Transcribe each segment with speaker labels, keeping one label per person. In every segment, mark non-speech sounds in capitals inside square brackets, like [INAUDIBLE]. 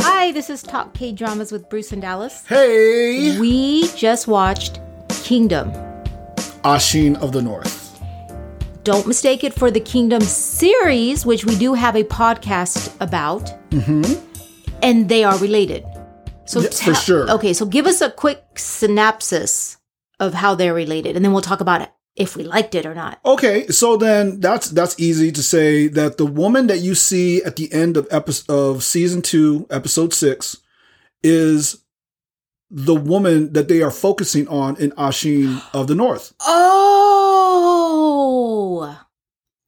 Speaker 1: Hi, this is Top K Dramas with Bruce and Dallas.
Speaker 2: Hey,
Speaker 1: We just watched Kingdom.
Speaker 2: Ashin of the North.
Speaker 1: Don't mistake it for the Kingdom series, which we do have a podcast about. Mm-hmm. And they are related. So
Speaker 2: Yeah, for
Speaker 1: tell-
Speaker 2: sure.
Speaker 1: Okay, so give us a quick synopsis of how they're related, and then we'll talk about if we liked it or not.
Speaker 2: Okay, so then that's that's easy to say that the woman that you see at the end of episode of season two, episode six, is the woman that they are focusing on in Ashin of the North.
Speaker 1: Oh,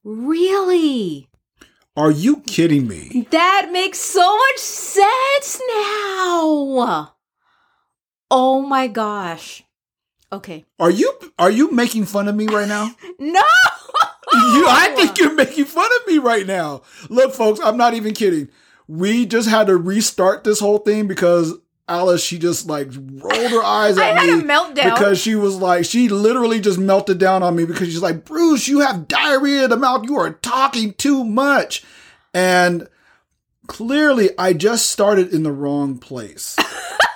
Speaker 1: really?
Speaker 2: Are you kidding me?
Speaker 1: That makes so much sense now. Oh my gosh. Okay.
Speaker 2: Are you are you making fun of me right now?
Speaker 1: [LAUGHS] No. Oh.
Speaker 2: You, I think you're making fun of me right now. Look, folks, I'm not even kidding. We just had to restart this whole thing because Alice, she just like rolled her eyes
Speaker 1: I
Speaker 2: at
Speaker 1: had
Speaker 2: me
Speaker 1: a meltdown.
Speaker 2: because she was like, she literally just melted down on me because she's like, Bruce, you have diarrhea in the mouth. You are talking too much, and clearly, I just started in the wrong place,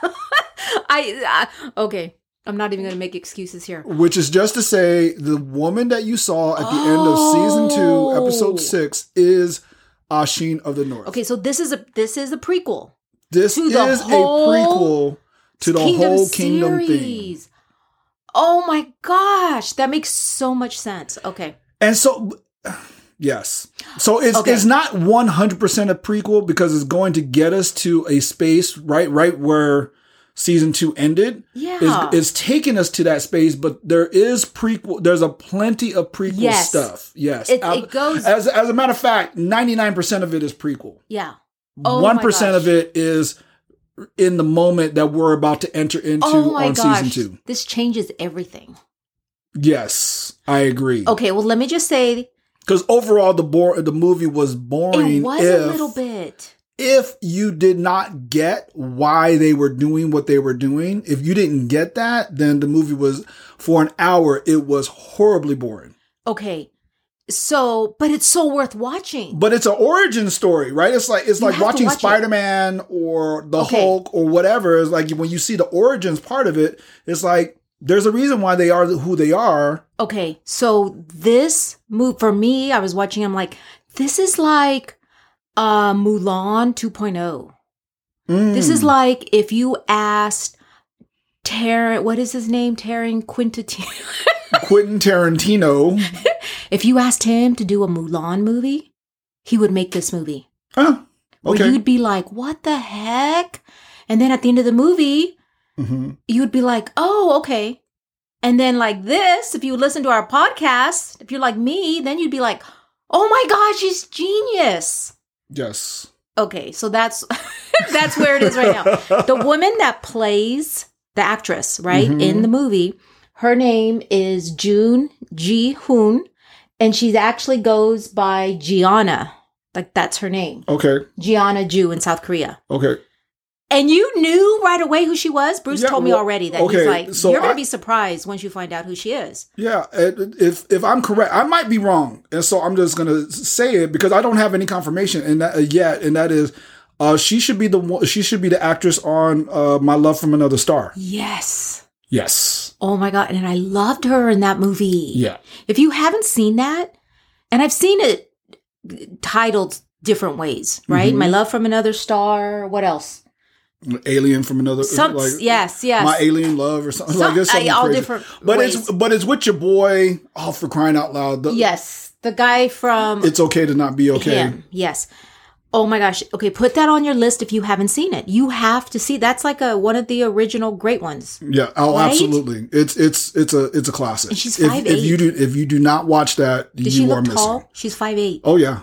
Speaker 2: [LAUGHS]
Speaker 1: I, I okay. I'm not even going to make excuses here.
Speaker 2: which is just to say, the woman that you saw at the end of season two,
Speaker 1: Oh.
Speaker 2: episode six, is Ashin of the North.
Speaker 1: Okay, so this is a this is a prequel
Speaker 2: This
Speaker 1: to
Speaker 2: is
Speaker 1: the
Speaker 2: a
Speaker 1: whole
Speaker 2: prequel to the whole kingdom thing.
Speaker 1: series. Oh my gosh, that makes so much sense. Okay.
Speaker 2: And so yes. So it's
Speaker 1: Okay.
Speaker 2: it's not 100% a prequel because it's going to get us to a space right right where season 2 ended.
Speaker 1: Yeah.
Speaker 2: It's, it's taking us to that space, but there is prequel. There's a plenty of prequel
Speaker 1: Yes.
Speaker 2: stuff. Yes,
Speaker 1: It-
Speaker 2: Uh,
Speaker 1: it goes-
Speaker 2: as as a matter of fact. Ninety nine percent of it is prequel.
Speaker 1: yeah. Oh my
Speaker 2: One of
Speaker 1: gosh.
Speaker 2: it is in the moment that we're about to enter into
Speaker 1: Oh my
Speaker 2: on
Speaker 1: gosh.
Speaker 2: season two.
Speaker 1: This changes everything.
Speaker 2: Yes, I agree.
Speaker 1: Okay, well let me just say
Speaker 2: Because overall, the bor- the movie was boring.
Speaker 1: it was
Speaker 2: if,
Speaker 1: a little bit.
Speaker 2: If you did not get why they were doing what they were doing, if you didn't get that, then the movie was for an hour. It was horribly boring.
Speaker 1: Okay. So, but it's so worth watching.
Speaker 2: But it's an origin story, right? It's like it's
Speaker 1: You
Speaker 2: like
Speaker 1: have to
Speaker 2: watching
Speaker 1: watch it.
Speaker 2: Spider Man or the
Speaker 1: Okay.
Speaker 2: Hulk or whatever. It's like when you see the origins part of it, it's like there's a reason why they are who they are.
Speaker 1: Okay. So, this move for me, I was watching, I'm like, this is like uh Mulan 2.0. This
Speaker 2: Hmm. Mm.
Speaker 1: is like if you asked Taryn, what is his name? Taryn Quintatino.
Speaker 2: Quentin Tarantino.
Speaker 1: [LAUGHS] if you asked him to do a Mulan movie, he would make this movie.
Speaker 2: Huh.
Speaker 1: Where
Speaker 2: Okay.
Speaker 1: you'd be like, what the heck? And then at the end of the movie,
Speaker 2: hmm
Speaker 1: you'd be like, oh, okay. And then, like this, if you listen to our podcast, if you're like me, then you'd be like, oh my gosh, she's genius.
Speaker 2: Yes.
Speaker 1: Okay, so that's [LAUGHS] that's where it is right
Speaker 2: [LAUGHS]
Speaker 1: now. The woman that plays the actress, right, in the movie, her name is June Ji Hoon, and she actually goes by Gianna. Like that's her name.
Speaker 2: Okay.
Speaker 1: Gianna Ju in South Korea.
Speaker 2: Okay.
Speaker 1: And you knew right away who she was. Bruce
Speaker 2: Yeah,
Speaker 1: told me
Speaker 2: well,
Speaker 1: already that
Speaker 2: okay,
Speaker 1: he's like,
Speaker 2: so
Speaker 1: you're going
Speaker 2: I-
Speaker 1: to be surprised once you find out who she is.
Speaker 2: Yeah. it- If if I'm correct, I might be wrong, and so I'm just gonna say it because I don't have any confirmation and that, uh, yet, and that is, uh, she should be the one. She should be the actress on uh, My Love from Another Star.
Speaker 1: Yes.
Speaker 2: Yes.
Speaker 1: Oh my God. And I loved her in that movie.
Speaker 2: Yeah.
Speaker 1: If you haven't seen that, and I've seen it titled different ways, right?
Speaker 2: Mm-hmm.
Speaker 1: My Love from Another Star. What else?
Speaker 2: Alien from another.
Speaker 1: Some,
Speaker 2: like,
Speaker 1: yes, yes.
Speaker 2: My alien love or something like
Speaker 1: Some-
Speaker 2: this. Something
Speaker 1: I- all
Speaker 2: crazy.
Speaker 1: different
Speaker 2: But
Speaker 1: ways.
Speaker 2: it's but it's with your boy. Oh, for crying out loud! The,
Speaker 1: yes. The guy from
Speaker 2: It's okay to not be okay.
Speaker 1: him. Yes. Oh my gosh. Okay, put that on your list if you haven't seen it. You have to see. That's like a one of the original great ones.
Speaker 2: Yeah, oh,
Speaker 1: Right?
Speaker 2: absolutely. It's it's it's a it's a classic.
Speaker 1: she's
Speaker 2: if,
Speaker 1: 5'8".
Speaker 2: if you do if you do not watch that,
Speaker 1: Does
Speaker 2: you
Speaker 1: she
Speaker 2: are
Speaker 1: look
Speaker 2: missing.
Speaker 1: tall? She's five eight.
Speaker 2: Oh yeah,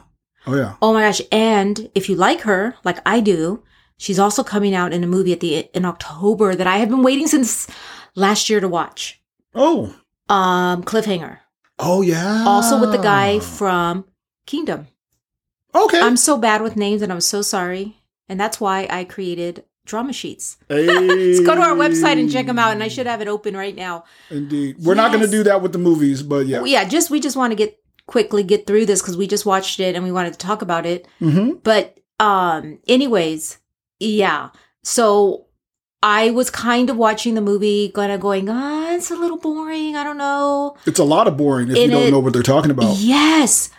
Speaker 2: oh yeah.
Speaker 1: Oh my gosh. And if you like her, like I do, she's also coming out in a movie at the in October that I have been waiting since last year to watch.
Speaker 2: Oh,
Speaker 1: Um Cliffhanger.
Speaker 2: oh yeah.
Speaker 1: Also with the
Speaker 2: Ah.
Speaker 1: guy from Kingdom.
Speaker 2: Okay.
Speaker 1: I'm [LAUGHS] so bad with names and I'm so sorry. And that's why I created drama sheets.
Speaker 2: Let's
Speaker 1: Go to our website and check them out and I should have it open right now.
Speaker 2: Indeed, we're not going to
Speaker 1: Yes.
Speaker 2: do that with the movies, but yeah.
Speaker 1: Well, yeah just we just want to get quickly get
Speaker 2: Mm-hmm.
Speaker 1: through this because we just watched it and we wanted to talk about it
Speaker 2: hmm
Speaker 1: but um anyways Yeah. So I was kind of watching the movie, kind of going, ah, it's a little boring. I don't know.
Speaker 2: It's a lot of boring if you
Speaker 1: In
Speaker 2: don't
Speaker 1: it-
Speaker 2: know what they're talking about.
Speaker 1: Yes.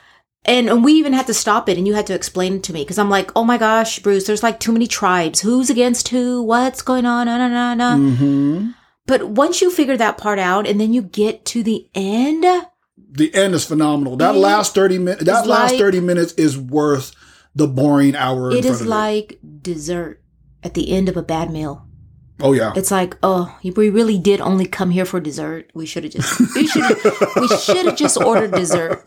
Speaker 1: And, and we even had to stop it and you had to explain it to me because I'm like, oh my gosh, Bruce, there's like too many tribes. Who's against who? What's going on? No, no, no, no.
Speaker 2: hmm
Speaker 1: But once you figure that part out and then you get to the end,
Speaker 2: The end is phenomenal. That
Speaker 1: It
Speaker 2: last thirty minutes, that
Speaker 1: is
Speaker 2: last
Speaker 1: like-
Speaker 2: thirty minutes is worth the boring hour. in
Speaker 1: it
Speaker 2: front
Speaker 1: is
Speaker 2: of
Speaker 1: like dessert at the end of a bad meal.
Speaker 2: oh yeah,
Speaker 1: It's like, oh, we really did only come here for dessert. We should have just we should we should have just ordered
Speaker 2: [LAUGHS]
Speaker 1: dessert.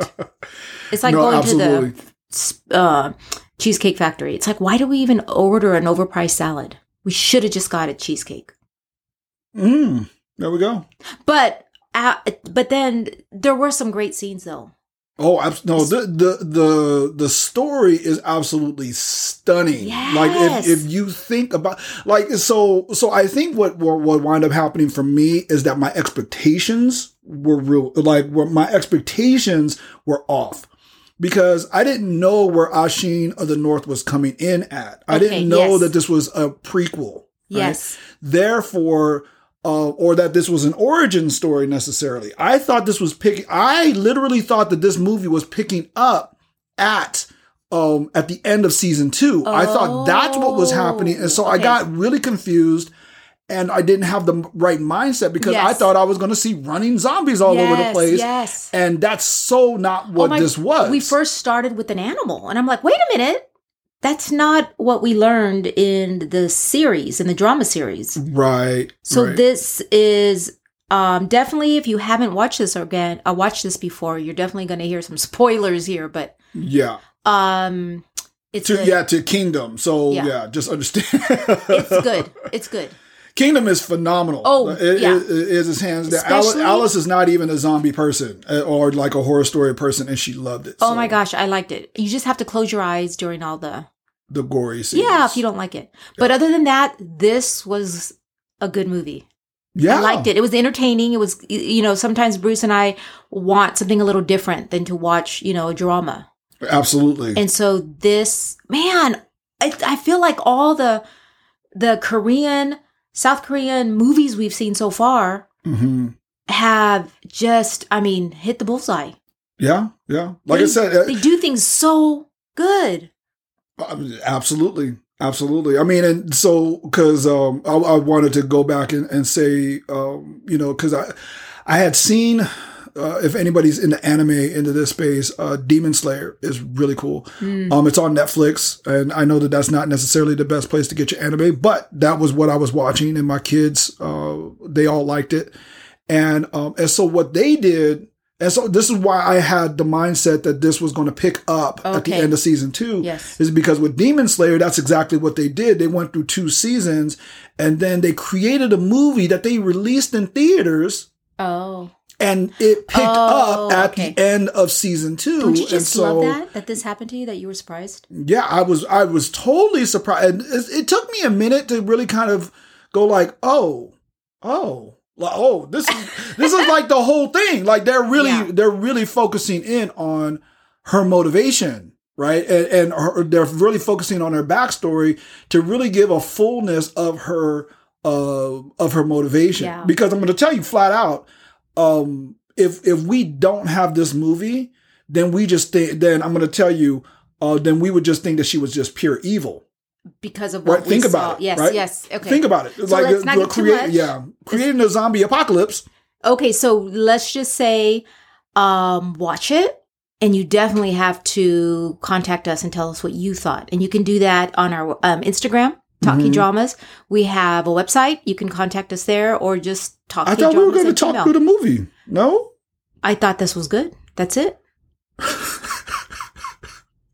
Speaker 1: It's like
Speaker 2: no,
Speaker 1: going
Speaker 2: absolutely.
Speaker 1: to the uh, cheesecake factory. It's like, why do we even order an overpriced salad? We should have just got a cheesecake.
Speaker 2: Mm, there we go.
Speaker 1: But uh, but then there were some great scenes though.
Speaker 2: Oh, abs- no! The, the the the story is absolutely stunning. Like
Speaker 1: Yes.
Speaker 2: if, if you think about like so so, I think what what, what wound up happening for me is that my expectations were real. Like were, my expectations were off because I didn't know where Ashin of the North was coming in at. I
Speaker 1: Okay,
Speaker 2: didn't know
Speaker 1: yes.
Speaker 2: that this was a prequel. right?
Speaker 1: Yes.
Speaker 2: therefore uh, or that this was an origin story necessarily i thought this was picking i literally thought that this movie was picking up at um at the end of season two. i thought that's what was happening and so i
Speaker 1: Oh, Okay.
Speaker 2: got really confused and i didn't have the m- right mindset because i
Speaker 1: Yes.
Speaker 2: thought i was going to see running zombies all over the
Speaker 1: Yes,
Speaker 2: place
Speaker 1: Yes.
Speaker 2: and that's so not
Speaker 1: Oh
Speaker 2: what
Speaker 1: my-
Speaker 2: this was
Speaker 1: We first started with an animal, and I'm like, wait a minute, that's not what we learned in the series, in the drama series.
Speaker 2: right
Speaker 1: So
Speaker 2: right.
Speaker 1: this is um, definitely, if you haven't watched this again, uh, watched this before, you're definitely going to hear some [LAUGHS] spoilers here. But
Speaker 2: yeah
Speaker 1: um, it's
Speaker 2: to
Speaker 1: good.
Speaker 2: yeah to kingdom so
Speaker 1: Yeah.
Speaker 2: yeah just understand
Speaker 1: it's good. It's
Speaker 2: [LAUGHS]
Speaker 1: good.
Speaker 2: Kingdom is phenomenal.
Speaker 1: Oh,
Speaker 2: It- it-
Speaker 1: yeah.
Speaker 2: it is his hands down. Alice,
Speaker 1: Especially-
Speaker 2: Alice is not even a zombie person uh, or like a horror story person, and she loved it.
Speaker 1: Oh
Speaker 2: So,
Speaker 1: my gosh, I liked it. You just have to close your eyes during all the
Speaker 2: the gory scenes.
Speaker 1: yeah, if you don't like it. But other than that, this was a good movie.
Speaker 2: yeah,
Speaker 1: I liked it. It was entertaining. It was, y- you know, sometimes Bruce and I want something a little different than to watch, you know, a drama.
Speaker 2: absolutely.
Speaker 1: And so this, man, I, I feel like all the the Korean, South Korean movies we've seen so far
Speaker 2: hmm
Speaker 1: have just, I mean, hit the bullseye.
Speaker 2: Yeah, yeah. Like I
Speaker 1: They-
Speaker 2: said, uh,
Speaker 1: They do things so good.
Speaker 2: Um, Absolutely. Absolutely. I mean, and so, cause, um, I, I wanted to go back and, and say, um, you know, cause I, I had seen, uh, if anybody's into anime into this space, uh, Demon Slayer is really cool.
Speaker 1: Hmm.
Speaker 2: Um, it's on Netflix and I know that that's not necessarily the best place to get your anime, but that was what I was watching and my kids, uh, they all liked it. And, um, and so what they did, and so this is why I had the mindset that this was going to pick up at the
Speaker 1: Okay.
Speaker 2: end of season two
Speaker 1: Yes.
Speaker 2: is because with Demon Slayer, that's exactly what they did. They went through two seasons and then they created a movie that they released in theaters
Speaker 1: Oh.
Speaker 2: and it picked
Speaker 1: Oh,
Speaker 2: up at
Speaker 1: okay.
Speaker 2: the end of season 2
Speaker 1: Don't you
Speaker 2: and
Speaker 1: just
Speaker 2: so
Speaker 1: love that? That this happened to you, that you were surprised?
Speaker 2: yeah, I was I was totally surprised. And it, it took me a minute to really kind of go like, "Oh, oh, like, oh, this is this is like the whole thing. Like they're really
Speaker 1: Yeah.
Speaker 2: they're really focusing in on her motivation, right? And and her, they're really focusing on her backstory to really give a fullness of her uh, of her motivation.
Speaker 1: Yeah.
Speaker 2: Because I'm going to tell you flat out, um, if if we don't have this movie, then we just think. Then I'm going to tell you, uh, then we would just think that she was just pure evil.
Speaker 1: Because of what
Speaker 2: Right?
Speaker 1: we
Speaker 2: Think
Speaker 1: saw.
Speaker 2: about it.
Speaker 1: yes,
Speaker 2: right?
Speaker 1: yes. Okay.
Speaker 2: Think about it. It's
Speaker 1: So
Speaker 2: like
Speaker 1: let's not
Speaker 2: you're
Speaker 1: get too
Speaker 2: create-
Speaker 1: much.
Speaker 2: yeah, creating a zombie apocalypse.
Speaker 1: Okay, so let's just say um watch it and you definitely have to contact us and tell us what you thought. And you can do that on our um, Instagram, Talkie
Speaker 2: Mhm.
Speaker 1: Dramas. We have a website. You can contact us there or just Talkie
Speaker 2: I thought we were
Speaker 1: Dramas
Speaker 2: going to
Speaker 1: at
Speaker 2: talk
Speaker 1: gmail.
Speaker 2: through the movie. No,
Speaker 1: I thought this was good. That's it.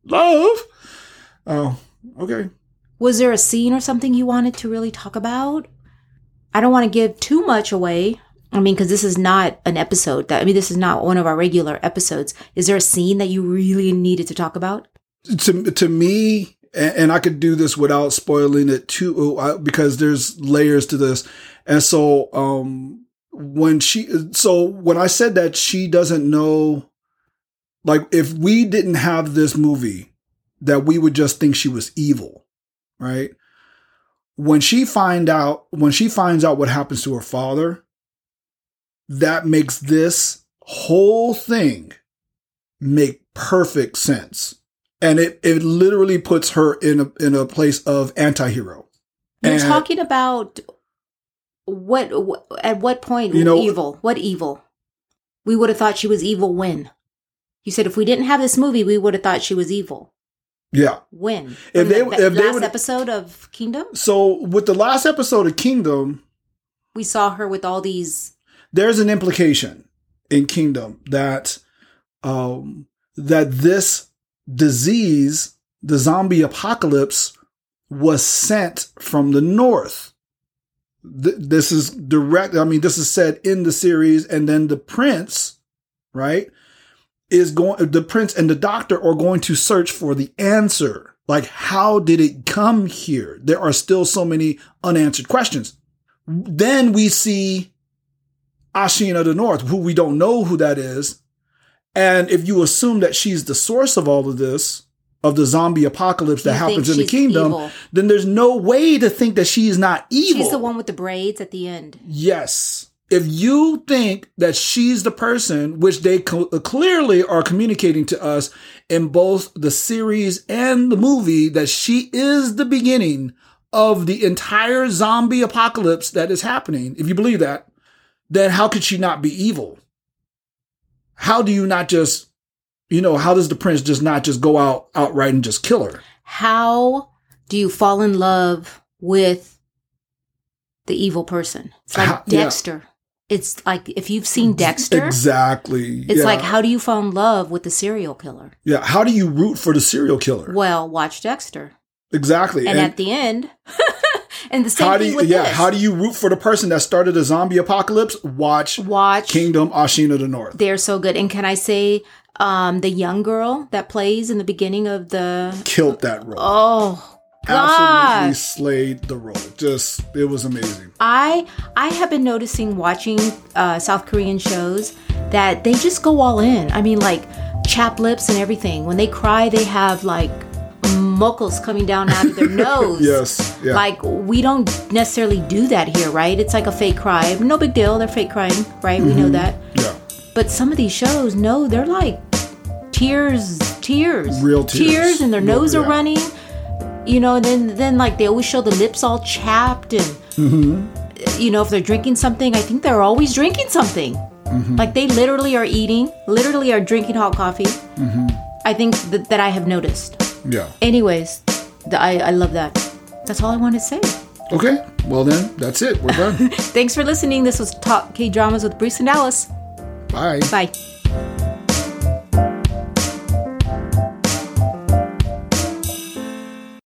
Speaker 2: love. Oh, okay.
Speaker 1: Was there a scene or something you wanted to really talk about? I don't want to give too much away. I mean, because this is not an episode that, I mean, this is not one of our regular episodes. Is there a scene that you really needed to talk about?
Speaker 2: to to me, and, and I could do this without spoiling it too, uh, I- because there's layers to this. And so, um, when she, so when I said that she doesn't know, like if we didn't have this movie, that we would just think she was evil, right? when she find out when she finds out what happens to her father, that makes this whole thing make perfect sense. And it, it literally puts her in a in a place of anti-hero.
Speaker 1: You're
Speaker 2: And-
Speaker 1: talking about what, what at what point
Speaker 2: You know-
Speaker 1: evil? What evil? We would have thought she was evil when. You said if we didn't have this movie, we would have thought she was evil.
Speaker 2: Yeah.
Speaker 1: When?
Speaker 2: If
Speaker 1: From
Speaker 2: they-
Speaker 1: the
Speaker 2: if they
Speaker 1: last
Speaker 2: would-
Speaker 1: episode of Kingdom,
Speaker 2: So with the last episode of Kingdom,
Speaker 1: we saw her with all these.
Speaker 2: there's an implication in kingdom that um that this disease the zombie apocalypse was sent from the north Th- this is direct i mean this is said in the series and then the prince right is going the prince and the doctor are going to search for the answer like how did it come here there are still so many unanswered questions then we see Ashina of the North, who we don't know who that is. And if you assume that she's the source of all of this, of the zombie apocalypse that
Speaker 1: You think
Speaker 2: happens in the
Speaker 1: she's
Speaker 2: kingdom,
Speaker 1: evil.
Speaker 2: then there's no way to think that she is not evil.
Speaker 1: She's the one with the braids at the end.
Speaker 2: Yes. If you think that she's the person, which they co- clearly are communicating to us in both the series and the movie, that she is the beginning of the entire zombie apocalypse that is happening, if you believe that, then how could she not be evil? How do you not just, you know, how does the prince just not just go out outright and just kill her?
Speaker 1: How do you fall in love with the evil person? It's like
Speaker 2: How- yeah.
Speaker 1: Dexter. It's like if you've seen Dexter,
Speaker 2: Exactly.
Speaker 1: It's
Speaker 2: yeah.
Speaker 1: like, how do you fall in love with the serial killer?
Speaker 2: yeah. How do you root for the serial killer?
Speaker 1: Well, watch Dexter.
Speaker 2: Exactly.
Speaker 1: And, at the end, [LAUGHS] and the same
Speaker 2: how do
Speaker 1: thing
Speaker 2: you,
Speaker 1: with
Speaker 2: yeah?
Speaker 1: this.
Speaker 2: How do you root for the person that started a zombie apocalypse? Watch
Speaker 1: watch?
Speaker 2: Kingdom Ashina the North.
Speaker 1: They're so good. And can I say, um, the young girl that plays in the beginning of the
Speaker 2: Killed that role.
Speaker 1: oh
Speaker 2: Absolutely
Speaker 1: god,
Speaker 2: slayed the role. Just it was amazing.
Speaker 1: I I have been noticing watching uh, South Korean shows that they just go all in. I mean, like chap lips and everything. When they cry, they have like muckles coming down out
Speaker 2: [LAUGHS]
Speaker 1: of their nose.
Speaker 2: Yes. Yeah.
Speaker 1: Like we don't necessarily do that here, right? It's like a fake cry. No big deal. They're fake crying, right? We
Speaker 2: Mm-hmm.
Speaker 1: know that.
Speaker 2: yeah.
Speaker 1: But some of these shows, no, they're like tears, tears,
Speaker 2: Real tears.
Speaker 1: and their
Speaker 2: Real-
Speaker 1: nose are
Speaker 2: yeah.
Speaker 1: running. You know, and then then like they always show the lips all chapped, and
Speaker 2: Mm-hmm.
Speaker 1: you know if they're drinking something, I think they're always drinking something.
Speaker 2: Mm-hmm.
Speaker 1: Like they literally are eating, literally are drinking hot coffee.
Speaker 2: Mm-hmm.
Speaker 1: I think that, that I have noticed.
Speaker 2: Yeah.
Speaker 1: Anyways, the, I I love that. That's all I wanted to say.
Speaker 2: Okay. Well then,
Speaker 1: [LAUGHS]
Speaker 2: that's it. We're done.
Speaker 1: Thanks for listening. This was Talk K Dramas with Bruce and Alice.
Speaker 2: Bye.
Speaker 1: Bye.